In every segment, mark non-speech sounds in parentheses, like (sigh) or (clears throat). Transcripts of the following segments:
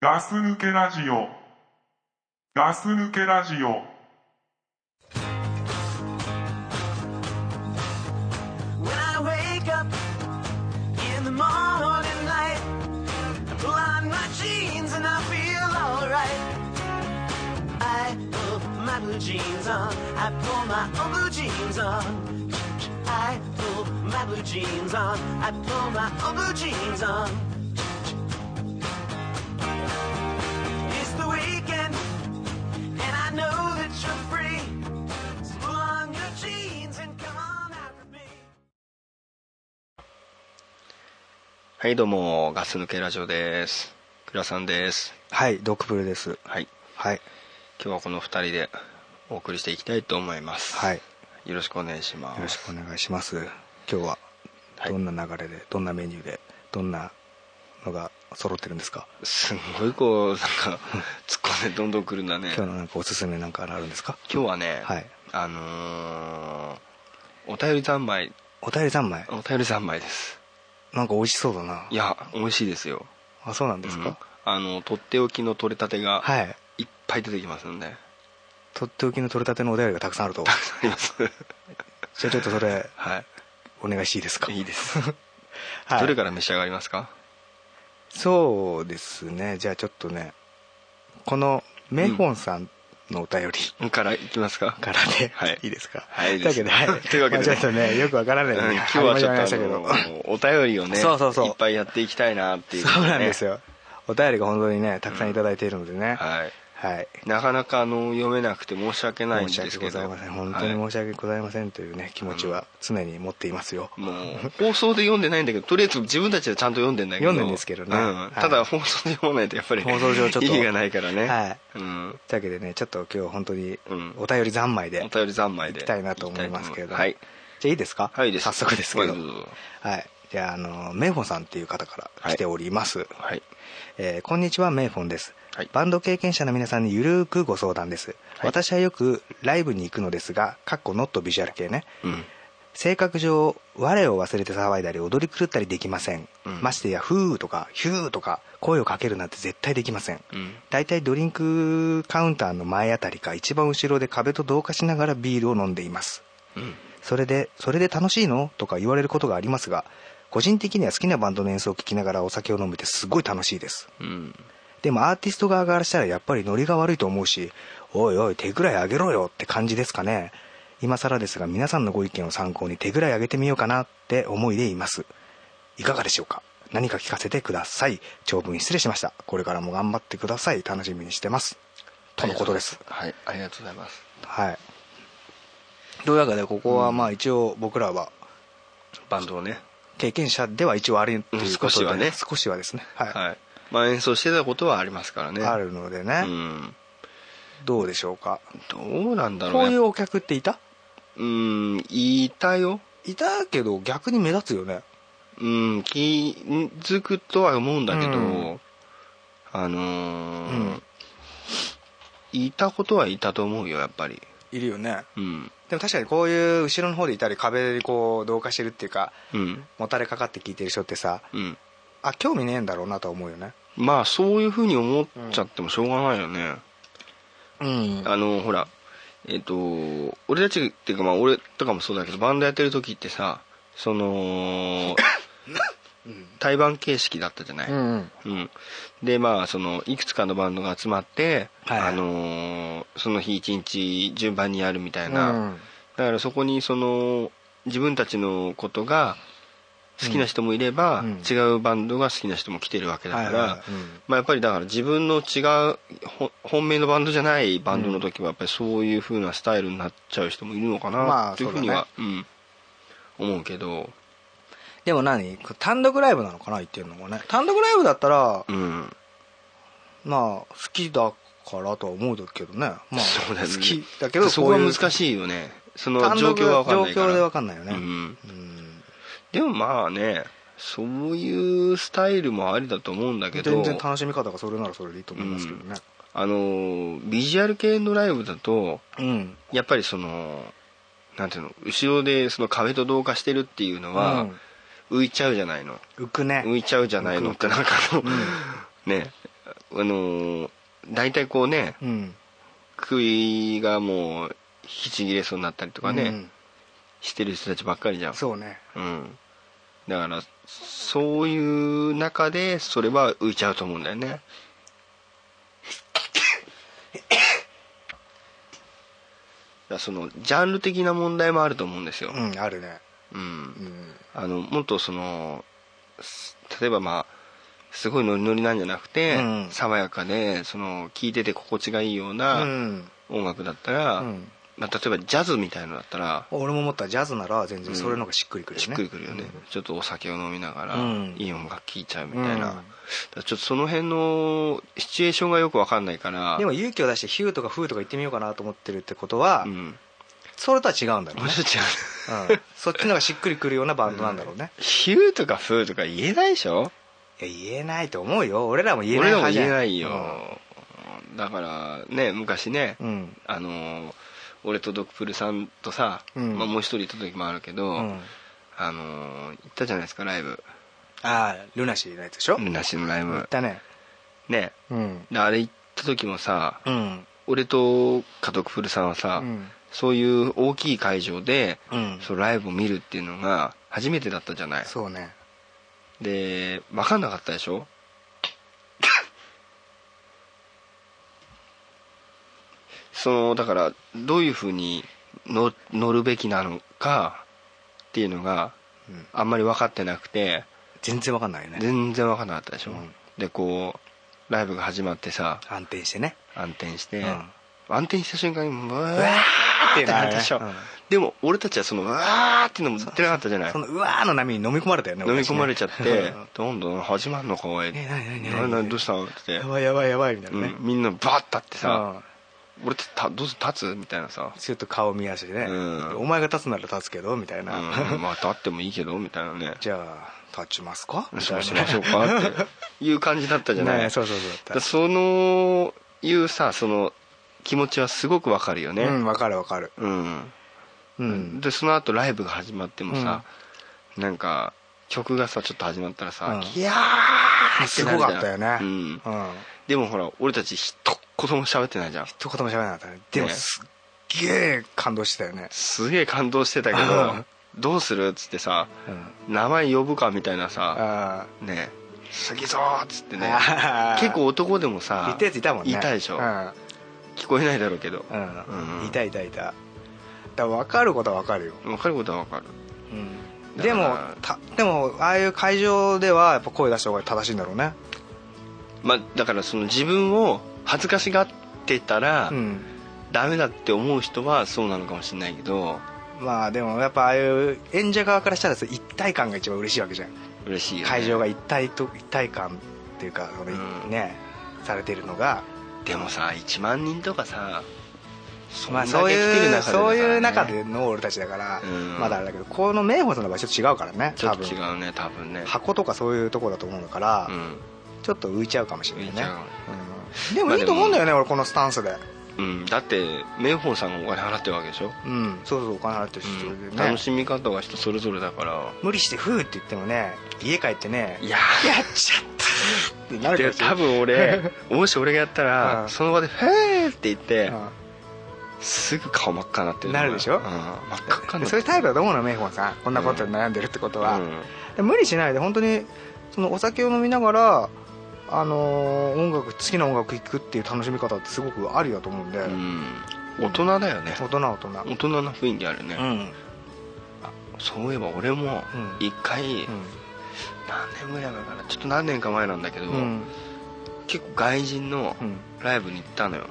ガス抜けラジオ。ガス抜けラジオ。 When I wake up in the morning light, I pull on my jeans and I feel alright. I put my blue jeans on, I pull my old blue jeans on. I pull my blue jeans on, I pull my old blue jeans on. It's the weekend, and I know that you're free. So pull on your jeans and come on out with me. はい、どうも、ガス抜けラジオです。倉さんです。はい、ドクプルです。はい、はい。今日はこの2人でお送りしていきたいと思います。はい。よよろしくお願いします。ろしくお願いします。今日ははいどんな流れで、どんなメニューで、どんなのが揃ってるんですかすんごいこう、なんか、突っ込んでどんどん来るんだね。今日のなんかおすすめなんかあるんですか今日はね、はいあのーお便り三昧、お便り三昧お便り三昧です。。なんか美味しそうだないや、美味しいですよ。あ、そうなんですかうんあの、とっておきの取れたてが、はい。いっぱい出てきますんで。とっておきの取れたてのお便りがたくさんあると。 (laughs) あります。じゃあちょっとそれ、 (laughs) はお願いしていいですかい。いいです。 (laughs) はい。どれから召し上がりますかそうですね。じゃあちょっとね、このメイホンさんのお便り。からいきますかからで、はいいですか。はいだけど、はい。 (laughs) というわけでまあちょっとね、よくわからない、うんね、今日はちょっと始まりあましたけど。のお便りをねそうそうそういっぱいやっていきたいなっていう、ね、そうなんですよ。お便りが本当にね、たくさんいただいているのでね。はいはい。なかなかあの読めなくて申し訳ないん申でしすけど訳ございません。本当には申し訳ございませんというね、気持ちは常に持っていますよ。いもう放送で読んでないんだけどとりあえず自分たちでちゃんと読んでんだけど読んでんですけどねうはいただ放送で読まないとやっぱり放送上ちょっと意味がないからねはいうんというわけでね、ちょっと今日本当にうんお便り三昧で、お便り三昧行できたいなと思いますけれども。はいじゃあいいですかはいです早速ですけどはいどうぞ。はい。じゃあ、あの、メイホンさんっていう方から来ております。はいえーこんにちは、メイフォンです。はいバンド経験者の皆さんにゆるーくご相談です。私はよくライブに行くのですが、かっこノットビジュアル系ね。うん性格上、我を忘れて騒いだり踊り狂ったりできません。うんましてや、ふーとか、ヒューとか、声をかけるなんて絶対できません。うん大体ドリンクカウンターの前あたりか一番後ろで壁と同化しながらビールを飲んでいます。うんそれで、それで楽しいのとか言われることがありますが、個人的には好きなバンドの演奏を聴きながらお酒を飲めてすごい楽しいです。うんでもアーティスト側からしたらやっぱりノリが悪いと思うし、おいおい手ぐらいあげろよって感じですかね。今更ですが皆さんのご意見を参考に手ぐらいあげてみようかなって思いでいます。いかがでしょうか何か聞かせてください。長文失礼しました。これからも頑張ってください。楽しみにしてます。とのことです。はいありがとうございますはい。というわけでここはまあ一応僕らはバンドをね経験者では一応あるというこ少とでしはね少しはですね。はい。はいまあ演奏してたことはありますからねあるのでね、うんどうでしょうか。どうなんだろうこねういうお客っていたうんいたよいたけど逆に目立つよねうん気づくとは思うんだけど、うんあのーうんいたことはいたと思うよやっぱりいるよねうんでも確かにこういう後ろの方でいたり壁にこう同化してるっていうかうんもたれかかって聞いてる人ってさうんあ興味ねえんだろうなとは思うよねまあそういうふうに思っちゃってもしょうがないよね、うんあのほらえっ、と俺たちっていうかまあ俺とかもそうだけどバンドやってる時ってさそ (coughs) の対バン形式だったじゃない、うんうん、でまあそのいくつかのバンドが集まって、はいはいあのーその日一日順番にやるみたういんな、だからそこにその自分たちのことが好きな人もいれば、うん違うバンドが好きな人も来てるわけだから、はいはいうんまあ、やっぱりだから自分の違うほ本命のバンドじゃないバンドの時はやっぱりそういう風なスタイルになっちゃう人もいるのかまなあっていうふうには、うん、思うけど、でも何単独ライブなのかな言ってるのもね単独ライブだったらうん、まあ好きだからとは思うけどねまあそうだよね好きだけどそこはういう難しいよねその単状独況は分かん状ないから況で分かんないよねうんうんでもまあねそういうスタイルもありだと思うんだけど全然楽しみ方がそれならそれでいいと思いますけどねあのビジュアル系のライブだとうんやっぱりそのなんていうの後ろでその壁と同化してるっていうのは浮いちゃうじゃないの、浮くね浮いちゃうじゃないのってなんかあの、ねあのー大体こうねうん首がもうひちぎれそうになったりとかね、うんしてる人たちばっかりじゃんそうねうん、だからそういう中でそれは浮いちゃうと思うんだよねだからそのジャンル的な問題もあると思うんですよ、うんあるねうんうんあのもっとそのす例えばまあすごいノリノリなんじゃなくて、うん爽やかでその聴いてて心地がいいよううなん音楽だったら、うんまあ、例えばジャズみたいのだったら俺も思ったジャズなら全然それの方がしっくりくるよしっねくりくるよね、ちょっとお酒を飲みながら、うんいい音楽聴いちゃうみたいな、だうんからちょっとその辺のシチュエーションがよくわかんないからでも勇気を出してヒューとかフーとか言ってみようかなと思ってるってことはうんそれとは違うんだろうもうねちょっと違ううんそっちの方がしっくりくるようなバンドなんだろうねヒューとかフーとか言えないでしょいや言えないと思うよ俺らも言えな俺いらも派じゃ言んえないよ、だからね昔ね、うんあのー俺とドクプルさんとさ、うんまあ、もう一人行った時もあるけど、うんあのー行ったじゃないですかライブああルナシーのやつでしょなしのライ言ブったねねうんであれ行った時もさうん俺と加藤プルさんはさ、うんそういう大きい会場で、うんそのライブを見るっていうのが初めてだったじゃないそうねで分かんなかったでし (laughs) ょそのだからどういうふうにの乗るべきなのかっていうのがうんあんまり分かってなくて全然わかんないよね全然分かんなかったでしょ、うんでこうライブが始まってさ反転してね暗転して、うん暗転した瞬間にうわうわーーっってていうのなはるねでしょ、うんでも俺たちはそのうわーっていうのも言ってなかったじゃないそのうわーの波に飲み込まれたよね飲み込まれちゃっ俺たてねどんどん始まんのかおいねなになになになになにどうしたのって (laughs) やばいやばいやばいみたいなねうんみんなバーッ立ってうさん俺たたどうす立つみたいなさちょっと顔見合わせてねうんお前が立つなら立つけどみたいうんなまあ立ってもいいけどみたいなね (laughs) じゃあ立ちますかみたいそうなしましょうかっていう感じだったじゃないねそうそうそうだっただそのいうさその気持ちはすごくわかるようねんわかるわかるうんうんでその後ライブが始まってもさ、なんか曲がさちょっと始まったらさ、うんいやーすごかったよねううんんでもほら俺たち一言も喋ってないじゃん一言も喋らなかったねでもねすっげえ感動してたよねすげえ感動してたけどどうするっつってさうん名前呼ぶかみたいなさあね杉蔵っつって (laughs) あね結構男でもさ言ったやついたもんねいたでしょ、うん聞こえないだろうけどううんんいたいたいただから分かることは分かるよ、分かることは分かるだかでもらたでもああいう会場ではやっぱ声出した方が正しいんだろうねまあだからその自分を恥ずかしがってたら、うんダメだって思う人はそうなのかもしれないけどまあでもやっぱああいう演者側からしたらさ一体感が一番嬉しいわけじゃん嬉しいよ、ね、会場が一体と一体感っていうかそのうんねされてるのがでもさ1万人とかさそんだまあけそ来うてるい中でうだからそうねいう中での俺たちだからうんまだあれだけどこの明宝さんの場合ちょっと違うからねちょ多っと分違うね多分ね箱とかそういうとこだと思うからうんちょっと浮いちゃうかもしれない浮いちねゃううんでもいいと思うんだよね俺このスタンスでうん、だって明宝さんがお金払ってるわけでしょ、うんそうそうお金払ってるしそれうんでね楽しみ方は人それぞれだから無理して「ふー」って言ってもね家帰ってねいややっちゃったってなるかでもしれ多ない分 (laughs) 俺もし俺がやったら、うんその場で「へーって言って、うんすぐ顔真っ赤になってるのがなるでしょうん、真っ赤っかになそういうタイプだと思うのメイホンさんこんなことに悩んでるってことは、で無理しないで本当にそのお酒を飲みながらあのー音楽好きな音楽聴くっていう楽しみ方ってすごくありだと思うんで、うん、うん大人だよね大人大人大人な雰囲気あるね、うん、そういえば俺もうん一回、何年ぐらい前かなちょっと何年か前なんだけど、うんうん結構外人のうんライブに行ったのよ、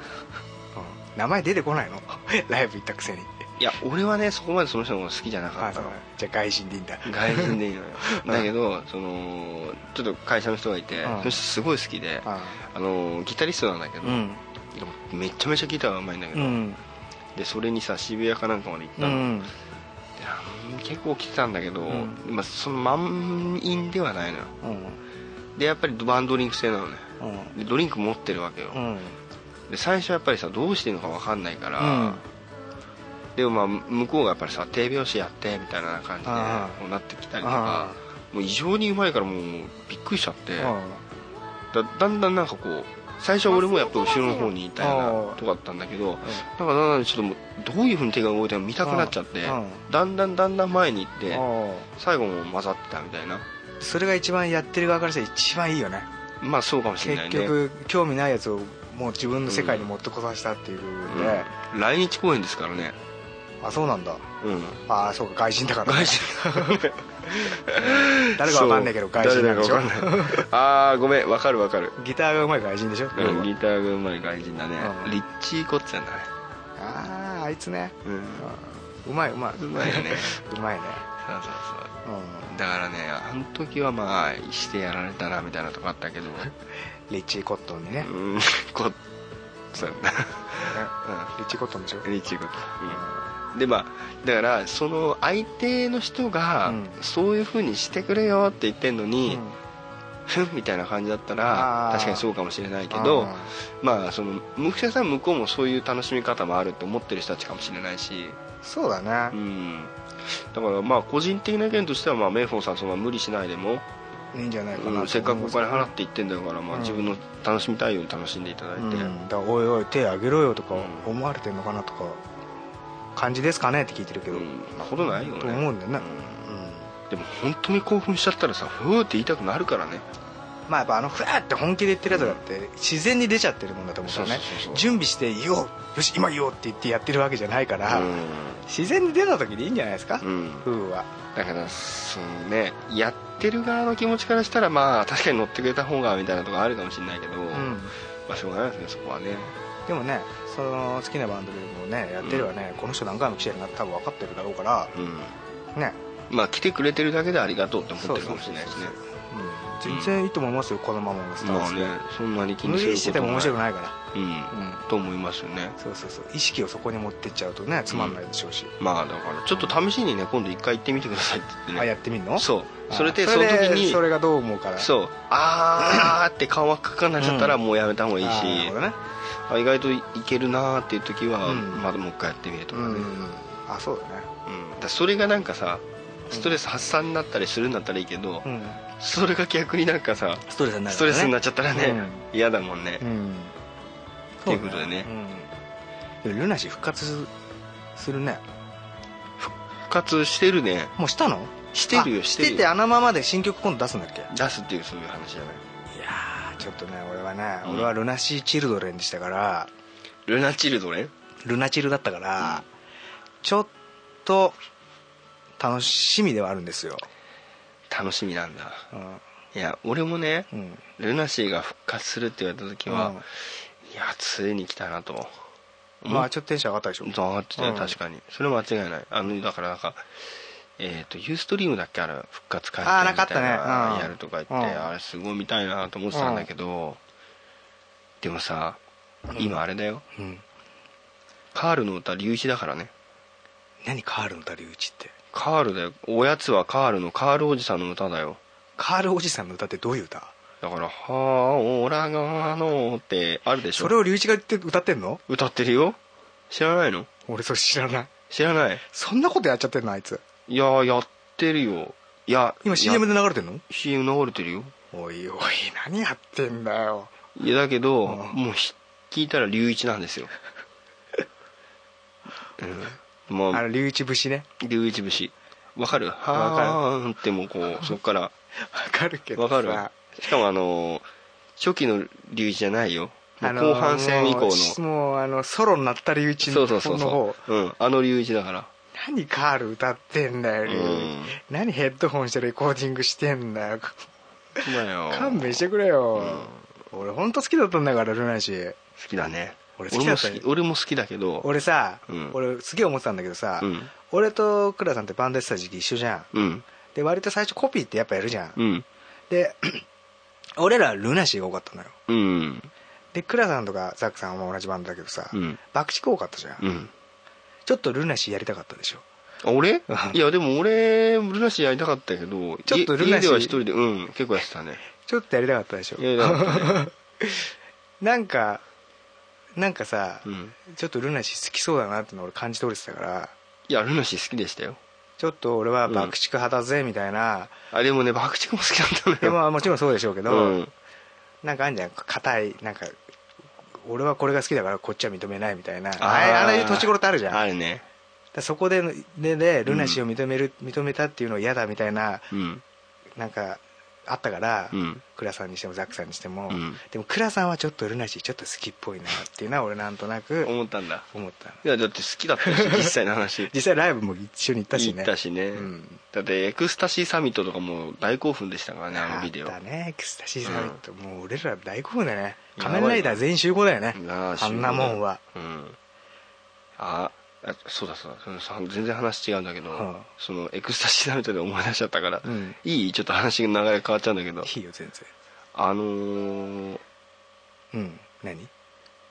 名前出てこないの (laughs) ライブ行ったくせにいや俺はねそこまでその人のこと好きじゃなかあったそうのじゃあ外人でいいんだ外人でいいのようんだけどそのちょっと会社の人がいて、うんその人すごい好きで、ああのギタリストなんだけど、うんでもめちゃめちゃギターがうまいんだけうど、んでそれにさ渋谷かなんかまで行っうたの、んであの結構来てたんだけど、んまあ、その満員ではないのようんでやっぱりワンドリンク制なのねうんでドリンク持ってるわけよ、うんで最初やっぱりさどうしていいのか分かんないから、うんでもまあ向こうがやっぱりさ手拍子やってみたいな感じでああこうなってきたりとかもう異常にうまいからもうびっくりしちゃってうんだだんだんなんかこう最初俺もやっぱ後ろの方にいたようあなーとこだったんだけど、なんかだんだんちょっともうどういうふうに手が動いたの見たくなっちゃって、うんだんだんだんだん前に行ってあ最後も混ざってたみたいなあそれが一番やってる側からしたら一番いいよねまあそうかもしれない結ね局興味ないやつをもう自分の世界に持ってこさせたっていう部分で、うん来日公演ですからねあそうなんだうんああそうか外人だから、外人誰かわかんないけど外人なんでしそょう誰だかわかんないああごめんわかるわかる、ギターがうまい外人でしょ、うん、ギターがうまい外人だね、うんリッチー・コッツェンだねあああいつねうんうまいうまいうまいよね (laughs) うまいね、そうそうそううだからねあの時はまあしてやられたなみたいなとこあったけどん、リッチー・コットンにね、うんこそうだリッチー・コットンでしょ、なリッチー・コッツェン、うん、でまあだからその相手の人が、うんそういうふうにしてくれよって言ってんのうに、んふんみたいな感じだったらあー確かにそうかもしれないけどあまあその無口さん向こうもそういう楽しみ方もあるって思ってる人たちかもしれないしーそうだうね、んだからまあ個人的な意見としてはまあメイフォンさんそんな無理しないでも、いいんじゃないかなとう思いん、ますせっかくお金払って行ってんだからまあうん自分の楽しみたいように楽しんでいただいて、うん、だからおいおい手あげろよとかうん思われてんのかなとか感じですかねって聞いてるけど、うんそんなことないよねと思うんだよね、ううんんでも本当に興奮しちゃったらさふーって言いたくなるからねまあやっぱあのふわって本気で言ってるやつだって自然に出ちゃってるもんだと思うからねそうそうそうそう準備して「言おうよし今言おう」って言ってやってるわけじゃないから、自然に出た時でいいんじゃないですか、うん、うん、夫婦はだからそのねやってる側の気持ちからしたらまあ確かに乗ってくれた方がみたいなとこあるかもしれないけど、うんまあしょうがないですねそこはねでもねその好きなバンドでもねやってればね、この人何回も来てるなって多分分かってるだろうからうんね、まあ来てくれてるだけでありがとうって思ってるかもしれないしねうん、全然いいと思いますよこのままのスタまンあスねで、そんなに気無にすること理してても面白くい、ないからうん、うんと思いますよねそうそうそう意識をそこに持ってっちゃうとねつまんないでしょうし、まあだからちょっと試しにね今度一回行ってみてくださいって言っあてやねってみるのそうあそれでその時にそれがどう思うからうそうあーって顔がかかんなっちゃったらもうやめた方がいいし、なるほどねあ意外といけるなーっていう時は、うんまあもう一回やってみるとうかね、んあそうだねうんだからそれがなんかさストレス発散になったりするんだったらいいけど、うんそれが逆になんかさストレスになストレスになっちちゃったらね嫌、だもんねう、んっていうことでねそうねうんルナシー復活するね復活してるねもうしたのしてるよあしてるよてあのままで新曲今度出すんだっけい出すっていうそういう話じゃないやーちょっとね俺はね、うん俺はルナシー・チルドレンでしたからルナチルドレンルナチルだったから、ちょっと楽しみではあるんですよ、楽しみなんだうんいや俺もね、うんルナシーが復活するって言われた時は、うんいやついに来たなとまあちょっとテンション上がったでしょ上がってたうよん確かに、それ間違いないあのだからなんかえっ、とユーストリームだっけある復活会あーなんかあったねみいなうんやるとか言って、うんあれすごい見たいなと思ってたんだけど、でもさ今あれだようんカールの歌龍一だからね何カールの歌龍一ってカールだよおやつはカールのカールおじさんの歌だよカールおじさんの歌ってどういう歌だから「はあオラがの」ってあるでしょそれを龍一が言って歌ってんの歌ってるよ知らないの俺それ知らない知らないそんなことやっちゃってんのあいついやーやってるよいや今 CM でで流れてんの CM 流れてるよおいおい何やってんだよいやだけど、うんもうひ聞いたら龍一なん (laughs) ですよ、うん、もあのう龍一節ね龍一節わかるはあーんってもうこうそっ (laughs) からわかるけどわかさるしかもあのー初期の龍一じゃないよもうあの後半戦以降の、もうもうあのソロになった龍一のそうそうそうのそ方う、うん、あの龍一だから何カール歌ってんだよ龍一うん何ヘッドホンしてレコーディングしてんだよまあよ勘弁してくれよ、俺本当好きだったんだからルナシー好きだね俺好きだった俺よも好き俺も好きだけど俺さ、うん俺すげえ思ってたんだけどさ、うん俺と倉さんってバンドやってた時期一緒じゃんうんで割と最初コピーってやっぱやるじゃん、うんで (clears throat) 俺らルナシーが多かったのようんで倉さんとかザックさんも同じバンドだけどさ、うん爆竹多かったじゃん、うんちょっとルナシーやりたかったでしょあ俺いやでも俺ルナシーやりたかったけどちょっといルナ家でシーは一人でうん結構やってたねちょっとやりたかったでしょやりたかったねなんかなんかさ、うんちょっとルナシー好きそうだなっての俺感じ取れてたからいやルナシー好きでしたよちょっと俺は爆竹派だぜみたいな、あでもね爆竹も好きだったのでよももちろんそうでしょうけど、うんなんかあんじゃん硬いなんか俺はこれが好きだからこっちは認めないみたいなあーあれあれ年頃ってあるじゃんあるねだからそこでででルナシーを認める、認めたっていうのを嫌だみたいなうんなんかあったから、うんクラさんにしてもザックさんにしても、うんでもクラさんはちょっとルナシーちょっと好きっぽいなっていうのは俺なんとなく思ったんだ思ったのいやだって好きだ (laughs) ったし実際の話実際ライブも一緒に行ったし行ねったしね、うんだってエクスタシーサミットとかもう大興奮でしたからねあのビデオあったねエクスタシーサミット、もう俺ら大興奮だねやばい仮面ライダー全員集合だよねなああんなもんはうんああそうだそうだそのさ全然話違うんだけど、はあそのエクスタシーナミットで思い出しちゃったから、うんいいちょっと話の流れ変わっちゃうんだけどいいよ全然あのーうん何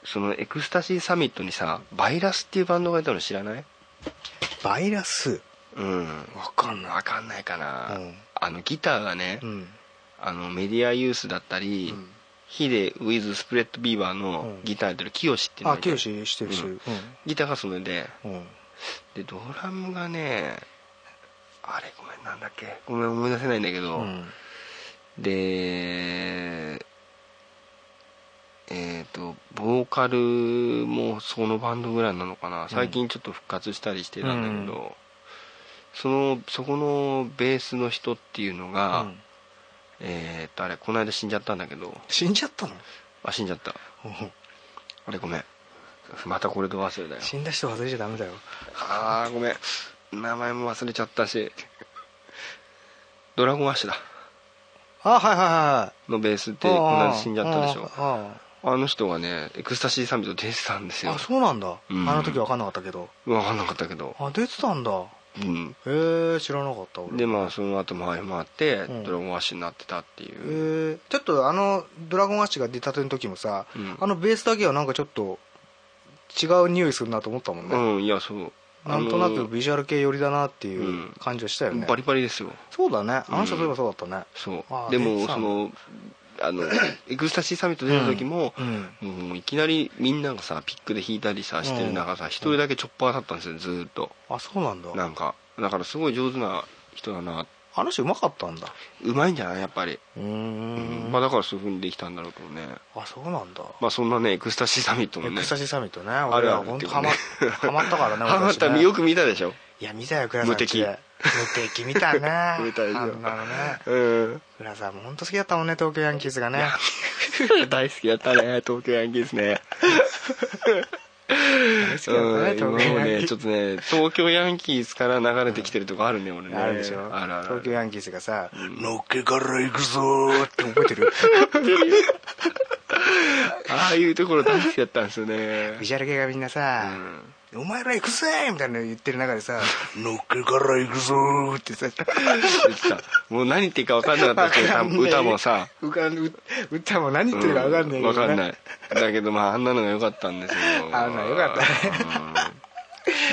そのエクスタシーサミットにさバイラスっていうバンドがいたの知らないバイラスうんわかんないわかんないかな、うんあのギターがね、うんあのメディアユースだったり、うんヒデウィズ・スプレッド・ビーバーのギターやってる清志っていうのあがいて清志してるしてるギターがそれでうん、うんでドラムがねあれごめんなんだっけごめん思い出せないんだけど、うんでえっ、とボーカルもそのバンドぐらいなのかな最近ちょっと復活したりしてたんだけど、そのそこのベースの人っていうのが、うんえっ、とあれこの間死んじゃったんだけど死んじゃったのあ死んじゃったうんあれごめんまたこれと忘れだよ死んだ人外れちゃダメだよあーごめん名前も忘れちゃったしドラゴンアッシュだあはいはいはのベースっいてはいこんなに死んじゃったでしあょあああの人がねエクスタシーサミット出てたんですああよあそうなんだ、うんあの時分かんなかったけど分かんなかったけどあ出てたんだへうんえ知らなかった俺でまあその後回り回ってうんドラゴンアッシュになってたっていえう、ー、ちょっとあのドラゴンアッシュが出たての時もさ、うんあのベースだけはなんかちょっと違う匂いするなと思ったもんね、うんいやそうなんとなあくのビジュアル系寄りだなっていうんう感じはしたよね、バリバリですよそうだねあの人うんそういえばそうだったねそあーうで出てもたそんだのあ (coughs) のエクスタシーサミット出た時も、うんうんもういきなりみんながさピックで弾いたりさしてる中さ一、人だけチョッパーだったんですよずーっとあそうなんだなんかだからすごい上手な人だなあの人うまかったんだうまいんじゃないやっぱり、うーん、まあだからそういうふうにできたんだろうけどねあそうなんだ、まあそんなねエクスタシーサミットもエねクスタシーサミットねあ俺るらある本って当いうハ (laughs) かねマハマったからね (laughs) ハマっ私ねた見よく見たでしょいや見たよ倉さん無敵うちで無敵見たね (laughs) 見たでしょあんなのねうん (laughs) 倉さんも本当好きだったもんね東京ヤンキースがね大好きだったね東京ヤンキースね大好きだったうんね東今も京ヤンキねーちスょっとね東京ヤンキースから流れてきてるとこあるね俺ねあるでしょあるある東京ヤンキースがさ「んのっけから行くぞ」って覚えてる (laughs) ああいうところ大好きだったんですよねビジュアル系がみんなさ「お前ら行くぜ!」みたいなの言ってる中でさ「のっけから行くぞ」ってさ言ってたもう何言っていいか分かんなかったし (laughs) わかんない歌もさうかんう歌も何言ってるか分かんないけどわかんないだけどまああんなのが良かったんですよあんなの良かったねうん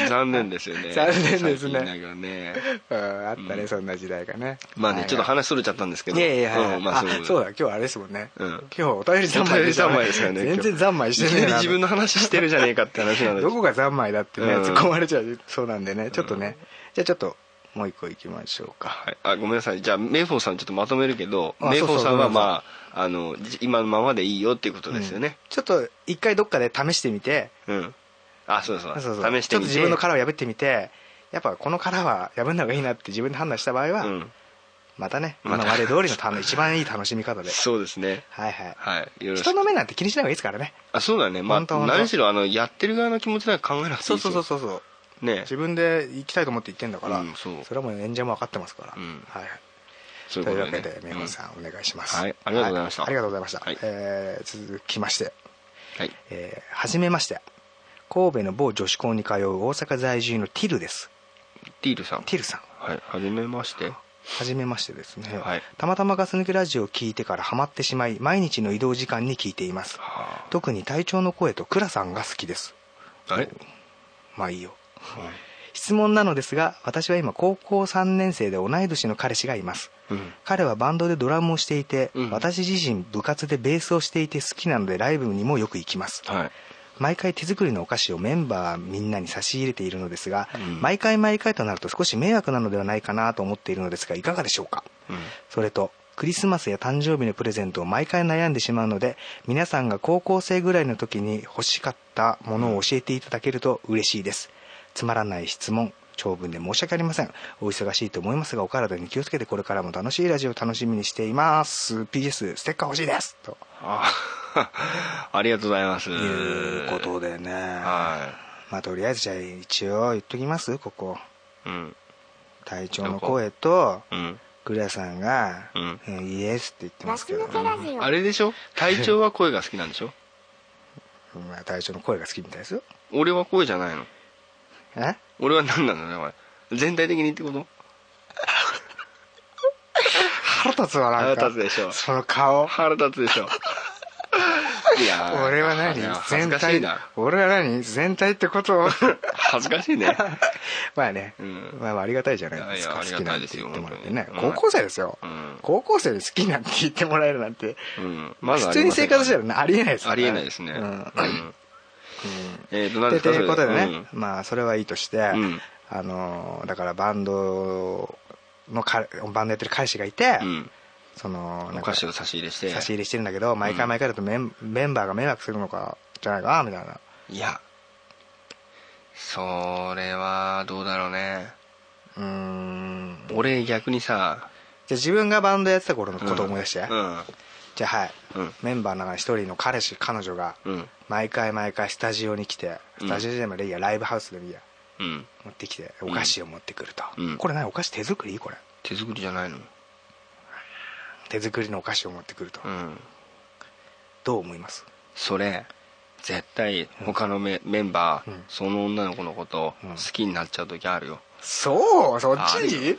残念ですよね残念ですね最近だけどねうんあったねそんな時代がねまあねはいちょっと話それちゃったんですけどいやいやはいうんまああそうそうだ今日はあれですもんねうん今日はお便り三昧でしたねお便り三昧ですよね今全日然三昧してねいきえなりな自分の話してるじゃねえかって話なんだけどこが三昧だってねうん突っ込まれちゃうそうなんでねちょっとねじゃあちょっともう一個いきましょうかはい、あごめんなさいじゃあメイフォーさんちょっとまとめるけどあメイフォーさんはそうそうごめんまああのじ今のままでいいよっていうことですよねちょっと一回どっかで試してみてうん、あそうそうそうそう試してちょっみてと自分の殻を破ってみてやっぱこの殻は破んだ方がいいなって自分で判断した場合は、うんまたね今またまで通りのたの一番いい楽し (laughs) み方でそうですねはいはいはいよろし人くの目なんて気にしない方がいいですからねあそうだねま本当あ本当何しろあのやってる側の気持ちなんか考えなくていいですよそうそううね自分で行きたいと思って行ってんだから、うんそうれはもう演者も分かってますから、うんはいはいそうといいううわことけでねで美穂さん、お願いしますはいありがとうございましたはありがとうございました、はいえー続きましてうんはいえーはじめまして神戸の某女子校に通う大阪在住のティルですティールさんティルさんはいはじめましてはじめましてですね、はいたまたまガス抜きラジオを聞いてからハマってしまい毎日の移動時間に聞いていますは特に隊長の声と倉さんが好きですあれまあいいよ質問なのですが私は今高校3年生で同い年の彼氏がいますうん彼はバンドでドラムをしていて、うん私自身部活でベースをしていて好きなのでライブにもよく行きます、はい毎回手作りのお菓子をメンバーみんなに差し入れているのですが、うん毎回毎回となると少し迷惑なのではないかなと思っているのですがいかがでしょうか、うんそれとクリスマスや誕生日のプレゼントを毎回悩んでしまうので皆さんが高校生ぐらいの時に欲しかったものを教えていただけると嬉しいですつまらない質問長文で申し訳ありませんお忙しいと思いますがお体に気をつけてこれからも楽しいラジオを楽しみにしています PS ステッカー欲しいですとあ (laughs) ありがとうございますいうことでねはまあとりあえずじゃあ一応言っときますここいうん隊長の声とうんクレアさんがうん「うんイエス」って言ってますけど、ガス抜けラジオあれでしょ隊長は声が好きなんでし (laughs) ょうんまあ、隊長の声が好きみたいですよ俺は声じゃないのえ俺は何なんだろうねこれ全体的にってこと腹立つわなんか腹立つでしょその顔腹立つで (laughs) しょいやー俺は何いやー恥ず全かしい体な俺は何全体ってこ (laughs) とを恥ずかしい (laughs) ねまあね、うんまあまあありがたいじゃないですかいやいや好きなんて言ってもらってあねりがたいですよ本当に高校生ですよ、うん高校生で好きなんて言ってもらえるなんて、うんまず普あ通りにませ生んから活したらねありえないですからありえないですねうんうんえっと何でですとかそいれうことでね、うんまあそれはいいとして、んあのーだからバンドのかバンドやってる彼氏がいて、うんそのなおんか菓子差を差し入れしてし入れしてるんだけど毎回毎回だとメン,、メンバーが迷惑するのかじゃないかなみたいないやそれはどうだろうねうーんじゃ俺逆にさあ自分がバンドやってた頃のことを思い出して、うんじゃあはい、うんメンバーの中の一人の彼氏彼女がうん毎回毎回スタジオに来てうんスタジオでもいいやライブハウスでもいいやうん持ってきてお菓子を持ってくると、うんこれ何お菓子手作りこれ手作りじゃないの手作りのお菓子を持ってくると、うんどう思いますそれ絶対他のメメンバー、うんその女の子のことうん好きになっちゃう時あるよそうそっあるち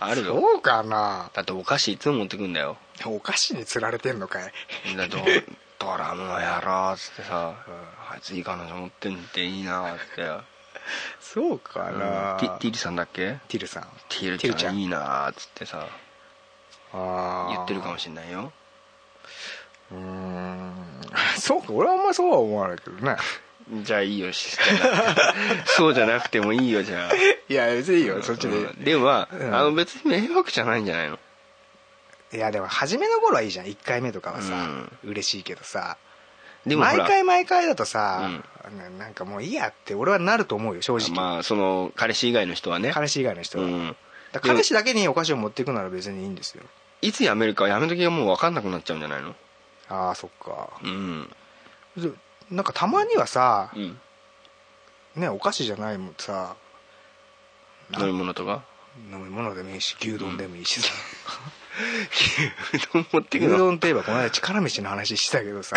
あるよそうかなだってお菓子いつも持ってくんだよお菓子に釣られてんのかいだ (laughs) とドラムの野郎っつってさ、あいついい彼女持ってんっていいなっつって、そうかな、ティティリさんだっけティルさんティルちゃんいティルいなっつってさちゃんあー言ってるかもしんないようーん (laughs) そうか俺はあんまりそうは思わないけどねじゃあいいよシステム (laughs) そうじゃなくても (laughs) いいよじゃあ (laughs) いや別にいいよそっちで、うんでは、うんあの別に迷惑じゃないんじゃないのいやでも初めの頃はいいじゃん1回目とかはさ、嬉しいけどさでもほ毎ら回毎回だとさ、ななんかもういいやって俺はなると思うよ正直、まあその彼氏以外の人はね彼氏以外の人うは、んだから彼氏だけにお菓子を持っていくなら別にいいんですよいつ辞めるか辞める時がもう分かんなくなっちゃうんじゃないのああそっかうんでなんかたまにはさう、んねお菓子じゃないもんさ飲み物と (laughs) か飲み物でもいいし牛丼でもいいしさ、うどん持ってく牛の丼といえばこの間力飯の話してた (laughs) けどさ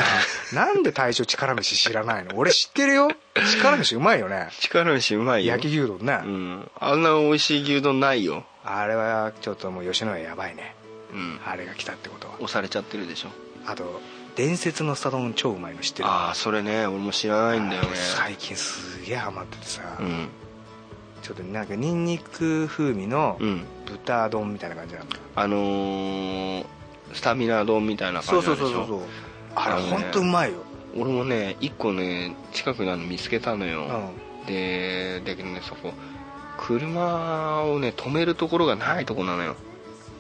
なんで大将力飯知らないの俺知ってるよ力飯うまいよね力飯うまいよ焼き牛丼ね、うんあんな美味しい牛丼ないよあれはちょっともう吉野家やばいねうんあれが来たってことは押されちゃってるでしょあと伝説のスタ丼超うまいの知ってるああそれね俺も知らないんだよね最近すげえハマっててさ、うんちょっとなんかニンニク風味のうん豚丼みたいな感じなんだ、あのースタミナ丼みたいな感じなんでしょうああれのねほんとうまいよ、俺もね一個ね近くなの見つけたのよ、うんでだけどねそこ車をね止めるところがないとこなのよ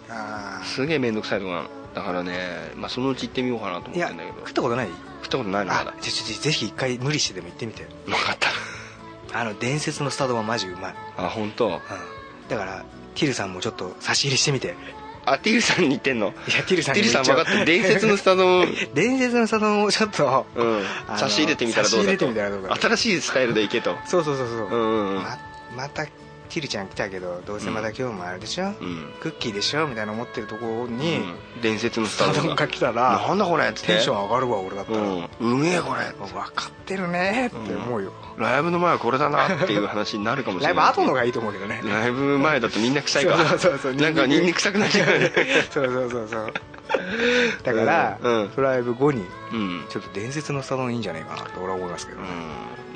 ああすげえ面倒くさいとこなのだからね、まあ、そのうち行ってみようかなと思っいやてんだけど食っ食たことないったことないのまだあじゃあちょっとぜひ一回無理してでも行ってみてなかったあの伝説のスタ丼はマジうまい、あ本当。うん、だからティルさんもちょっと差し入れしてみていやあティルさんに言ってんのティルさんテにィルも言さっんち分ゃおかうった伝説のスタ (laughs) 丼伝説のスタ丼をちょっと、うんあの差し入れてみたらどうだと差し入れてみたらどうだと新しいスタイルでいけとそうそうそうそうう、んうんうんままたティルちゃん来たけどどうせまた今日もあれでしょ、うんクッキーでしょみたいな思ってるところに、うん伝説のススタタ丼丼がが来たらなんだこれっつってテンション上がるわ俺だったら、うんうめえこれ分かってるねって思うよ、ライブの前はこれだなっていう話になるかもしラれイブない後のがいいと思うけどねライブ前だとみんな臭いからそうそうそうそうなんかニンニク臭くなっちゃうよね (laughs) そうそうそうそうだから、うんうんライブ後にうんちょっと伝説のスタ丼いいんじゃないかなって俺は思いますけどね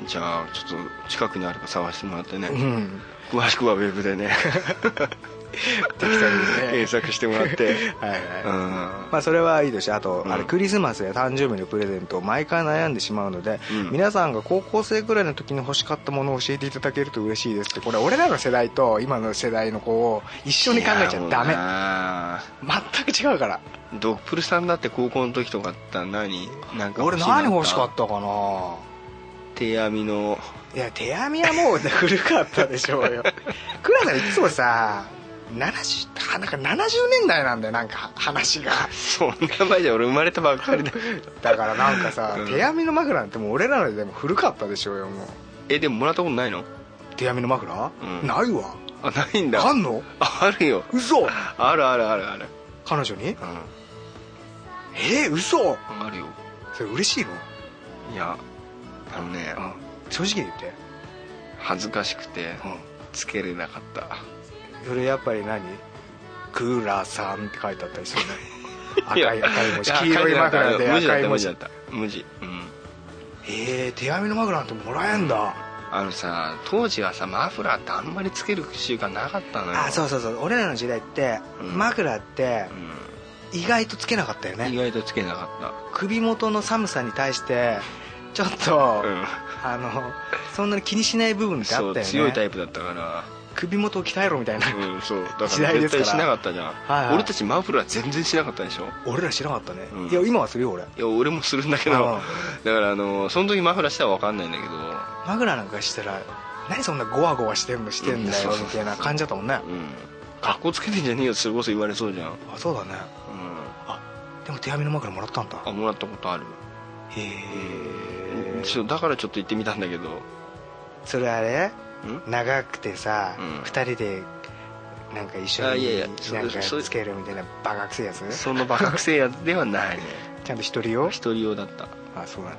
うんじゃあちょっと近くにあるか探してもらってねうん (laughs) 詳しくはウェブでね適当ですね検索してもらって (laughs) はいはいうんままあそれはいいとしてあと、うんあれクリスマスや誕生日のプレゼントを毎回悩んでしまうので、うん皆さんが高校生くらいの時に欲しかったものを教えていただけると嬉しいですってこれ俺らの世代と今の世代の子を一緒に考えちゃダメメ全く違うからドップルさんだって高校の時とかだったら何なんか俺いな何欲しかったかな手編みのいや手編みはもう古かったでしょ (laughs) うよ倉田いつもさ70なんか70年代なんだよなんか話がそんな前じゃ俺生まれたばっかりだだからなんかさ、うん手編みの枕なんてもう俺らの時代も古かったでしょうよもうえでももらったことないの手編みの枕、うんないわあないんだあんのあるよ嘘あるあるあるある彼女うにんえー、嘘あるよそれ嬉しいのいやあのね正直に言って、恥ずかしくてつけれなかったそれやっぱり何クーラーさんって書いてあったりする (laughs) の赤いや赤い文字や黄色い枕で書てな赤かっいた無文地字だった無地だった無地うんえー、手編みの枕なんてもらえんだ、あのさ当時はさマフラーってあんまりつける習慣なかったのよあそうそうそう俺らの時代って、うん枕ってう意外とつけなかったよん、意ね外とつけなか首元の寒さに対してちょっと、った、うん、あのそんなに気にしない部分ってあったそようね強いタイプだったから首元を鍛えろみたいな、うんそうだから時代で絶すから対しなかったじゃん、はいはい俺たちマフラー全然しなかったでしょ俺ら知らなかったね、うんいや今はするよ俺いや俺もするんだけどあだからあのその時マフラーしたら分かんないんだけど枕なんかしたら何そんなゴワゴワしてんのしてんだようんみたいな感じだったもんねうん格好つけてんじゃねえよってそれこそ言われそうじゃん、うん、あそうだねでも手編みの枕もらったんだあもらったことあるへえそうだからちょっと行ってみたんだけどそれあれん長くてさうん二人でなんか一緒あいやいにやなんかそそつけるみたいなバカくせえやつそのバカくせえやつではないねちゃんと一人用一人用だったあそうなんだ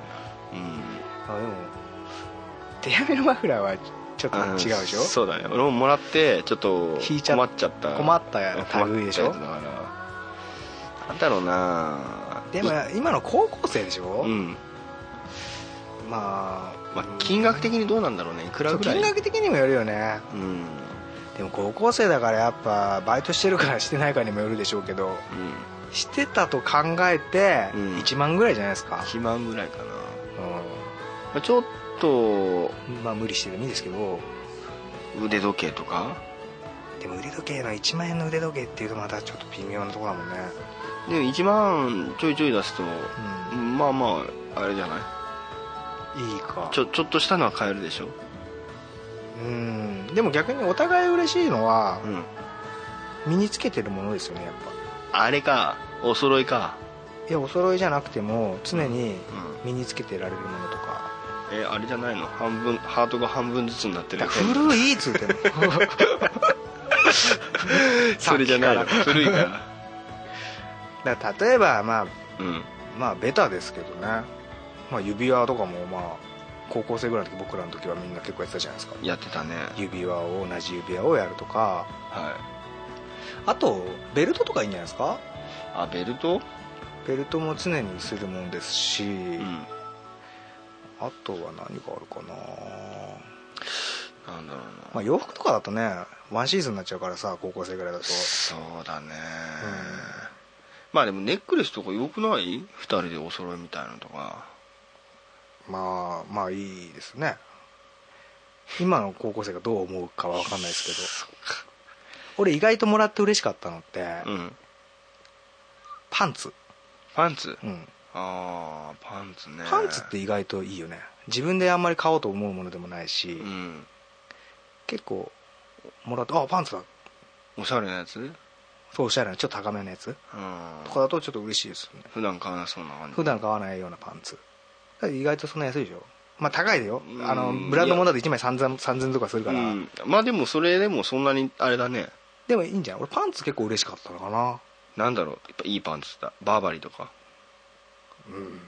うんあでも手編みの枕はちょっと違うでしあのょそうだね俺ももらってちょっと引いちゃっ困っちゃった困ったや (laughs) つ類でしょ困ったやつだからなんだろうなでも今の高校生でしょうんまあまあ、金額的にどうなんだろうねいくらそうぐらい金額的にもよるよねうん、うん、でも高校生だからやっぱバイトしてるからしてないかにもよるでしょうけどしてたと考えてうん1万ぐらいじゃないですか、 1万ぐらいかな、うまあ、ちょっとん、まあ無理してでもいいですけど腕時計とかでも腕時計の1万円の腕時計っていうとまたちょっと微妙なところだもんね、でも1万ちょいちょい出すとまあまああれじゃないうん、いいかちょちょっとしたのは買えるでしょうんでも逆にお互い嬉しいのはうん身につけてるものですよねやっぱあれかお揃いかいやお揃いじゃなくても常にう身につけてられるものとかえあれじゃないの半分ハートが半分ずつになってるだやつから (laughs) 古いっつうても (laughs) それじゃないのさっきから古い (laughs) からだから例えばまあうんまあベタですけどね、まあ、指輪とかもまあ高校生ぐらいの時僕らの時はみんな結構やってたじゃないですかやってたね指輪を同じ指輪をやるとかはいあとベルトとかいいんじゃないですかあベルトベルトも常にするもんですし、うんあとは何があるかな、なんだろうな、まあ、洋服とかだとねワンシーズンになっちゃうからさ高校生ぐらいだとそうだね、まあでもネックレスとかよくない2人でお揃いみたいなのとかまあまあいいですね今の高校生がどう思うかは分かんないですけど俺意外ともらって嬉しかったのって、うんパンツ、パンツうん、ああパンツねパンツって意外といいよね自分であんまり買おうと思うものでもないし、うん結構もらってあパンツだおしゃれなやつうんそうおしゃれなちょっと高めのやつとかだとちょっと嬉しいですよね普段買わなそうな感じ普段買わないようなパンツだって意外とそんな安いでしょまあ高いでようんあのブランドものだと1枚3000 3000とかするから、うん、まあでもそれでもそんなにあれだねでもいいんじゃん俺パンツ結構嬉しかったのかななんだろうやっぱいいパンツだバーバリーとか、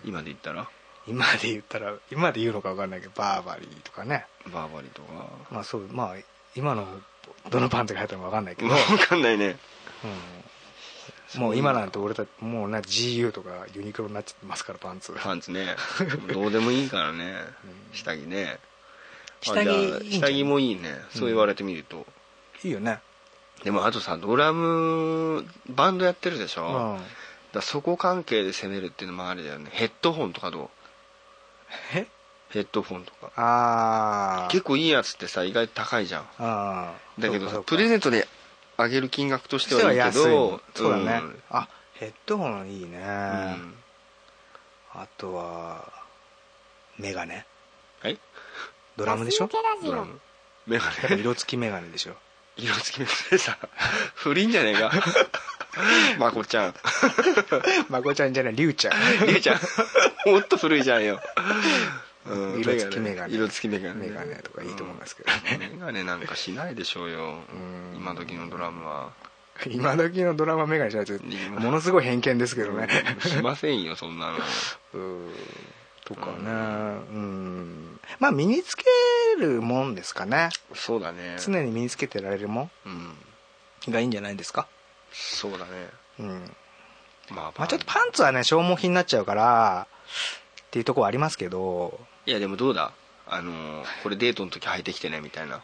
今で言ったら今で言ったら今で言うのか分かんないけどバーバリーとかねバーバリーとか (laughs) まあそうまあ今のどのパンツが入ったのか分かんないけど、分かんないねうんもう今なんて俺たちもうな GU とかユニクロになっちゃってますからパンツパンツ (laughs) ねどうでもいいからね下着ね下着あじゃあいいんじゃん下着もいいねそう言われてみると、いいよねでもあとさドラムバンドやってるでしょ、だかうんらそこ関係で攻めるっていうのもありだよねヘッドホンとかどうえヘッドホンとかああ結構いいやつってさ意外と高いじゃんあだけどさププレレゼンゼントであげる金額としトてしてははいいけ安いどそうだね、んあヘッドホンいいね、うんあとはメガネはいドラムでしょドラムメガネ色付きメガネでしょ (laughs) 色付きメガネさ (laughs) 古いんじゃねえかまこちゃんまこちゃんじゃないりゅうちゃんりえちゃん (laughs) もっと古いじゃんよ、う色付きメガネ色付きメガネメガネとかいいと思いますけどうんね、メガネなんかしないでしょうようん今時のドラムは (laughs) 今時のドラマメガネしないとものすごい偏見ですけどねしませんよそんなのうん (laughs) とかねうんまあ身につけるもんですかねそうだね常に身につけてられるもうんんがいいんじゃないですかそうだねうんまあまあちょっとパンツはね消耗品になっちゃうからっていうとこはありますけどいやでもどうだあのーこれデートの時履いてきてねみたいな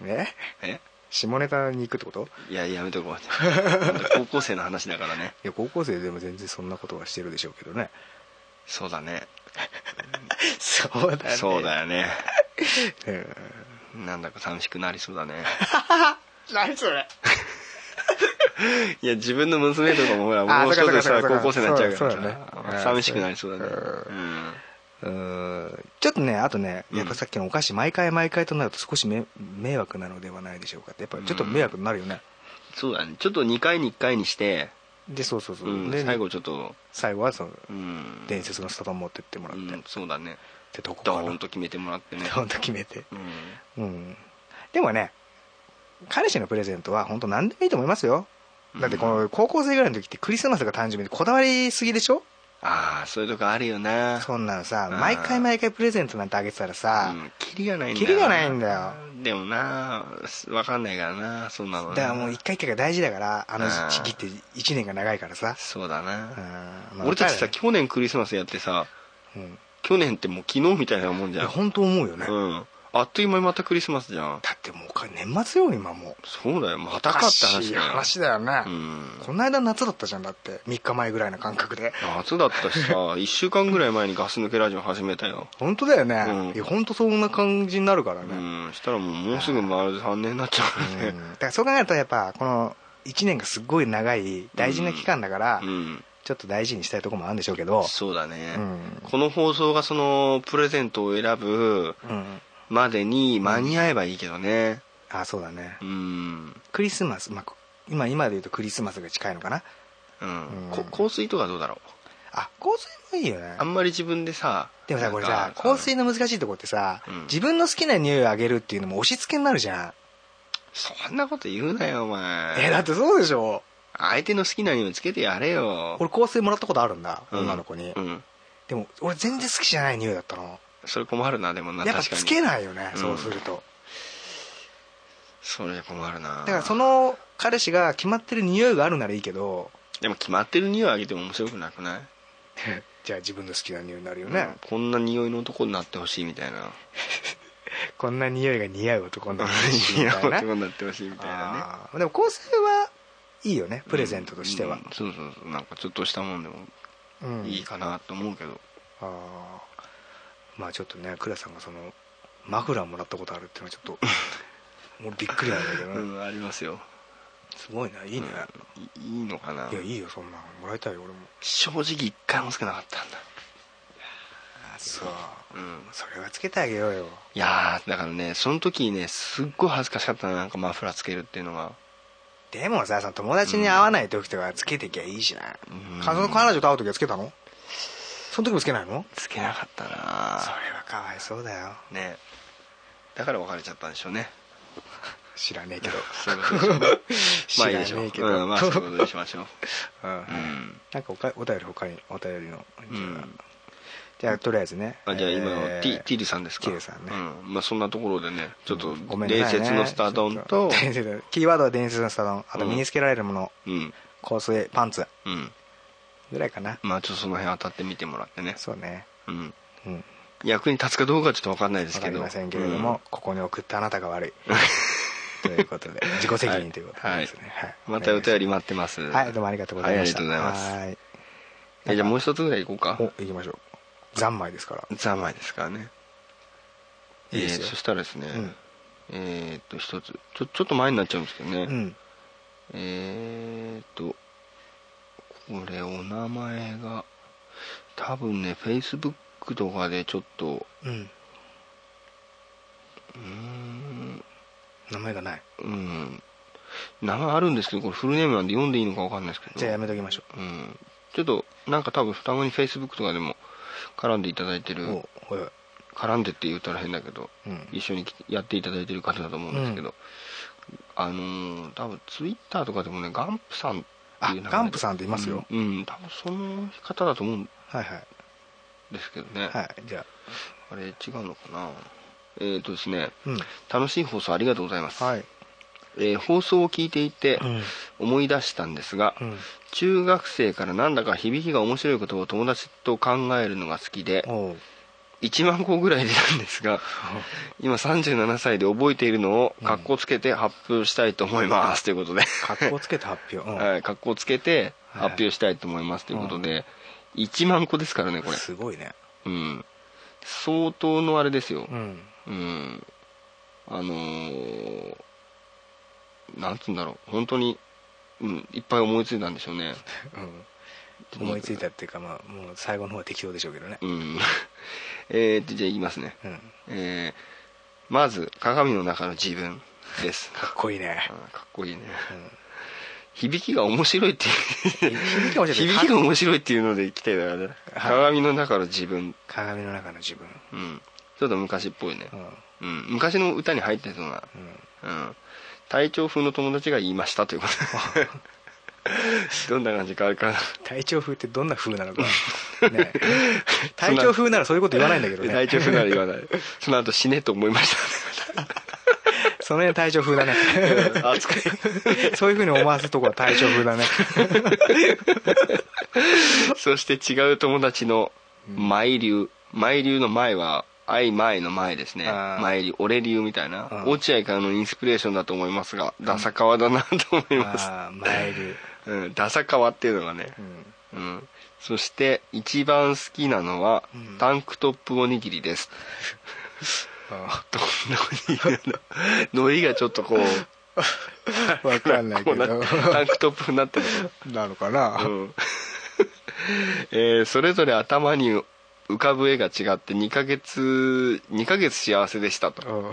ねえ下ネタに行くってこといややめと (laughs) こう高校生の話だからねいや高校生でも全然そんなことはしてるでしょうけどねそうだねそうだねそうだよねうんなんだか寂しくなりそうだね何それいや自分の娘とかもほらあもうちょっとそさうかそ高うか校生になっちゃうかそうだそうだらねさ寂しくなりそうだねううんうんちょっとねあとねやっぱさっきのお菓子毎回毎回となると少しめ迷惑なのではないでしょうかってやっぱりちょっと迷惑になるよね、そうだねちょっと2回に1回にしてでそうそうそう、うんで最後ちょっと最後はそのうん伝説のスタバ持ってってもらうって、っんそうだねてとこドかなーンと決めてもらってねドーンと決めてうんうんでもね彼氏のプレゼントは本当何でもいいと思いますよだってこの高校生ぐらいの時ってクリスマスが誕生日でこだわりすぎでしょああそういうとこあるよなそんなのさうん毎回毎回プレゼントなんてあげてたらさ、うんキリがないんだキリがないんだよでもな分かんないからなそんなのなだからもう一回一回が大事だからあの時期って1年が長いからさ、そうだうんなまあ俺たち彼さら去年クリスマスやってさうん去年ってもう昨日みたいなもんじいゃやん本当思うよね、うんあっという間にまたクリスマスじゃんだってもうか年末よ今もうそうだよまたかって話いだよ話だよね、うんこの間夏だったじゃんだって3日前ぐらいの感覚で夏だったしさ1 (laughs) 週間ぐらい前にガス抜けラジオ始めたよ本当だよね、うんいや本当そんな感じになるからね、うんしたらもうもうすぐ丸3年になっちゃううよねんだからそう考えるとやっぱこの1年がすっごい長い大事な期間だから、うんちょっと大事にしたいところもあるんでしょうけどそうだねうんこの放送がそのプレゼントを選ぶうんまでに間に合えばいいけどねあそうだねうんクリスマス、まあ、こ今今で言うとクリスマスが近いのかなうんうんこ香水とかどうだろうあ香水もいいよねあんまり自分でさでもさこれなさんか香水の難しいとこってさ、うん自分の好きな匂いをあげるっていうのも押し付けになるじゃんそんなこと言うなよお前えだってそうでしょ相手の好きな匂いつけてやれよ俺香水もらったことあるんだ、うん女の子に、うんでも俺全然好きじゃない匂いだったのそれ困るなでもなやっぱ確かにつけないよね、うんそうするとそれ困るなだからその彼氏が決まってる匂いがあるならいいけどでも決まってる匂いあげても面白くなくない (laughs) じゃあ自分の好きな匂いになるようねん、こんな匂いの男になってほしいみたいなこんな匂いが似合う男になるし (laughs) 匂みいたのいな男になってほしいみたいなねあーでも香水はいいよねプレゼントとしてはうん、そうそうそうなんかちょっとしたもんでもうんいいかなと思うけど、あーまあちょっとね倉さんがそのマフラーもらったことあるっていうのはちょっ (laughs) ともうびっくりなんだけどうね、んありますよすごいないいね、いいいのかないやいいよそんなのもらいたいよ俺も正直一回もつけなかったんだあそううんそれはつけてあげようよいやーだからねその時ねすっごい恥ずかしかったななんかマフラーつけるっていうのがでもさその友達に会わない時とかつけてきゃいいしな、うん彼女彼女と会う時はつけたのその時もつけないのつけなかったなそれはかわいそうだよねだから別れちゃったんでしょう (laughs) ね知らねえけどそういうことでしょまあいいでしょ知らねうえけどうん、まあそういうことにしましょう (laughs) うんうんなんかおかお便り他にお便りの、んじゃあとりあえずねあじゃあ今のえーティティルさんですかティルさんねうんまあ、そんなところでねちょっとごめんな伝さいね説のスタートンと (laughs) 伝説のキーワードは伝説のスタートンあとうん身につけられるもの、うん香水パンツうんぐらいかなまあちょっとその辺当たってみてもらってね、そうねうん、うん役に立つかどうかちょっと分かんないでわすかけりど (laughs) ませんけれども、ここに送ったあなたが悪いということで自己責任ということですね、はいまたお便り待ってますはいどうもありがとうございました、はいありがとうございますはいえじゃあもう一つぐらい行こうかお行きましょう三昧ですからざまいですからねいいですよえーそしたらですね、うんえーっと一つちょちょっと前になっちゃうんですけどね、うんえーっとこれお名前が多分ねフェイスブックとかでちょっとうんうーん名前がないうん名前あるんですけどこれフルネームなんで読んでいいのかわかんないですけどじゃあやめときましょうん、ちょっとなんか多分たまにフェイスブックとかでも絡んでいただいてう、るおおいおい絡んでって言うたら変だけど、うん一緒にきやっていただいてる方だと思うんですけど、あのー多分ツイッターとかでもねガンプさんっていう名前であガンプさんっていますようん、うん多分その方だと思うんはいはいですけどね、はいじゃああれ違うのかなえっ、とですねうん楽しい放送ありがとうございます、はいえー放送を聞いていてうん思い出したんですが、うん中学生からなんだか響きが面白いことを友達と考えるのが好きでおう1万個ぐらい出たんですが今37歳で覚えているのをかっこつけて発表したいと思います、ということで格好つけて発表、うんはい、かっこつけて発表したいと思いますということで、1万個ですからねこれ、すごいねうん、相当のあれですよう、んうん、あのーなんつうんだろう本当に、うん、いっぱい思いついたんでしょう (laughs) ねうん思いついたっていうかまあもう最後の方は適当でしょうけどねうん (laughs) えーとじゃあ言いますね、うんえーまず鏡の中の自分ですかっこいいねあーかっこいいね、響きが面白いっていう響きが面白い響きが面白いっていうので来てたからねはい鏡の中の自分、鏡の中の自分うん、ちょっと昔っぽいねう、んうん、昔の歌に入ってそうな、うん、体調風の友達が言いましたということ (laughs) どんな感じかあるかな体調風ってどんな風な (laughs) のかね体調風ならそういうこと言わないんだけど (laughs) ね体調不良なら言わないその後死ねと思いました (laughs) その辺体調風だね (laughs) 扱いそういうふうに思わすとこは体調風だね (laughs) そして違う友達の舞流舞流の前は愛前の前ですねあー舞流俺流みたいなうん落合からのインスピレーションだと思いますがダサ川だなと思います、ああ参るうん、ダサ川っていうのがね、うん、そして一番好きなのはタンクトップおにぎりです、どんなおにぎりなの (laughs) のりがちょっとこう (laughs) わかんないこうけなどってタンクトップになってるなのかなうん (laughs) えーそれぞれ頭に浮かぶ絵が違って2ヶ月2ヶ月幸せでしたとうん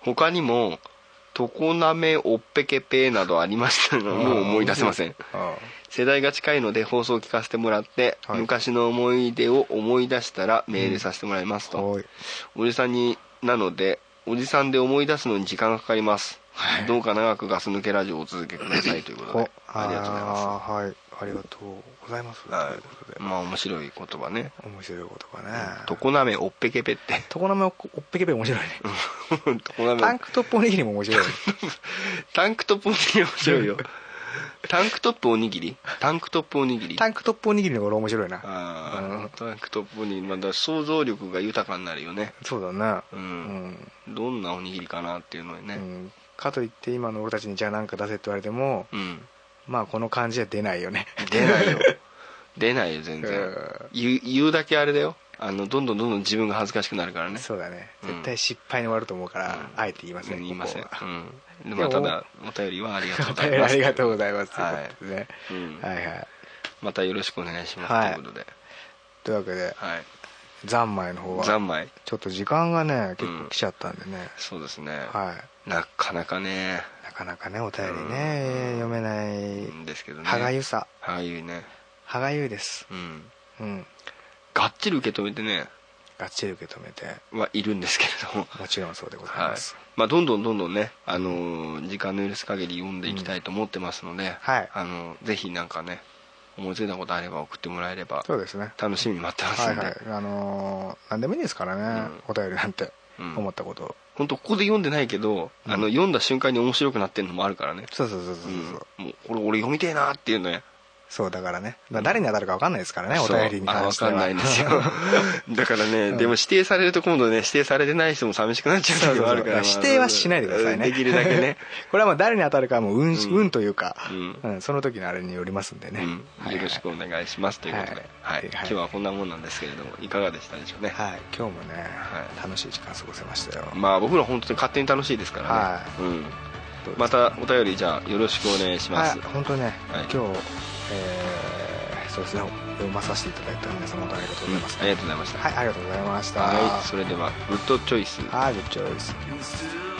他にも「常滑おっぺけぺ」などありましたがもう思い出せませんあ世代が近いので放送を聞かせてもらって、はい昔の思い出を思い出したらメールさせてもらいますあと、はいおじさんになのでおじさんで思い出すのに時間がかかります、どうか長くガス抜けラジオをお続けくださいということおでありがとうございますあーはいありがとうございますとはいいうことでまあ面白い言葉ね面白いことかね「常滑おっぺけぺ」って床の間おっぺけべ面白いね常タン滑ク (laughs) トップおにぎりも面白いねタンクトップおにぎり面白いよ (laughs) タンクトップおにぎりタンクトップおにぎり (laughs) タンクトップおにぎりの頃面白いなあータンクトップおにぎりまだ想像力が豊かになるよねそうだなううんん、どんなおにぎりかなっていうのにうねんかといって今の俺たちにじゃあ何か出せって言われてもうん、まあこの感じは出ないよね出ないよ出ないよ (laughs) 全然、うん言う言うだけあれだよあのどんどんどんどん自分が恥ずかしくなるからねそうだねうん絶対失敗に終わると思うからうんあえて言いませうん言いませんこ (laughs) こうはん、まあでたもだお便りはありがとうございま (laughs) あすりがとうございますとはいいうことでねうんはいはいまたよろしくお願いします、はいということでというわけではい三昧の方は三昧ちょっと時間がね結構来ちゃったんでねそうですね、はいなかなかねなかなかねお便りね読めないうんですけどね歯がゆさ歯がゆいね歯がゆいですうんうんがっちり受け止めてねがっちり受け止めてはいるんですけれどももちろんそうでございはまいすまあ、どんどんどんどんね、あのー時間の許す限り読んでいきたいと思ってますので、はいあのーぜひなんかね思いついたことあれば送ってもらえればそうですね楽しみに待ってますはんいで、はいあのー何でもいいですからね、お便りなんてうん思ったことを、本当ここで読んでないけど、うんあの読んだ瞬間に面白くなってるのもあるからね、そうそうそうそうう、そうんもうこれ俺読みてえなっていうねそうだからねだ誰に当たるか分かんないですからね、おそう便りに関してはあわかんないん (laughs) ですよだからね、でも指定されると今度ね指定されてない人も寂しくなっちゃう時もあるからまあ指定はしないでくださいねできるだけね (laughs) これはもう誰に当たるかはもう運,、運というか、ううんその時のあれによりますんでね、うん、よろしくお願いしますということで、ははいい今日はこんなもんなんですけれどもいかがでしたでしょうね、はい、今日もね、はい楽しい時間過ごせましたよ、まあ僕ら本当に勝手に楽しいですからね、はいうん、どうですかまたお便りじゃあよろしくお願いします、はい、本当にね、はい今日、えーそうですね読まさせていただいた皆様本当にありがとうございまうす、んありがとうございましたはいありがとうございましたはいそれではグッドチョイスはい、グッドチョイス Still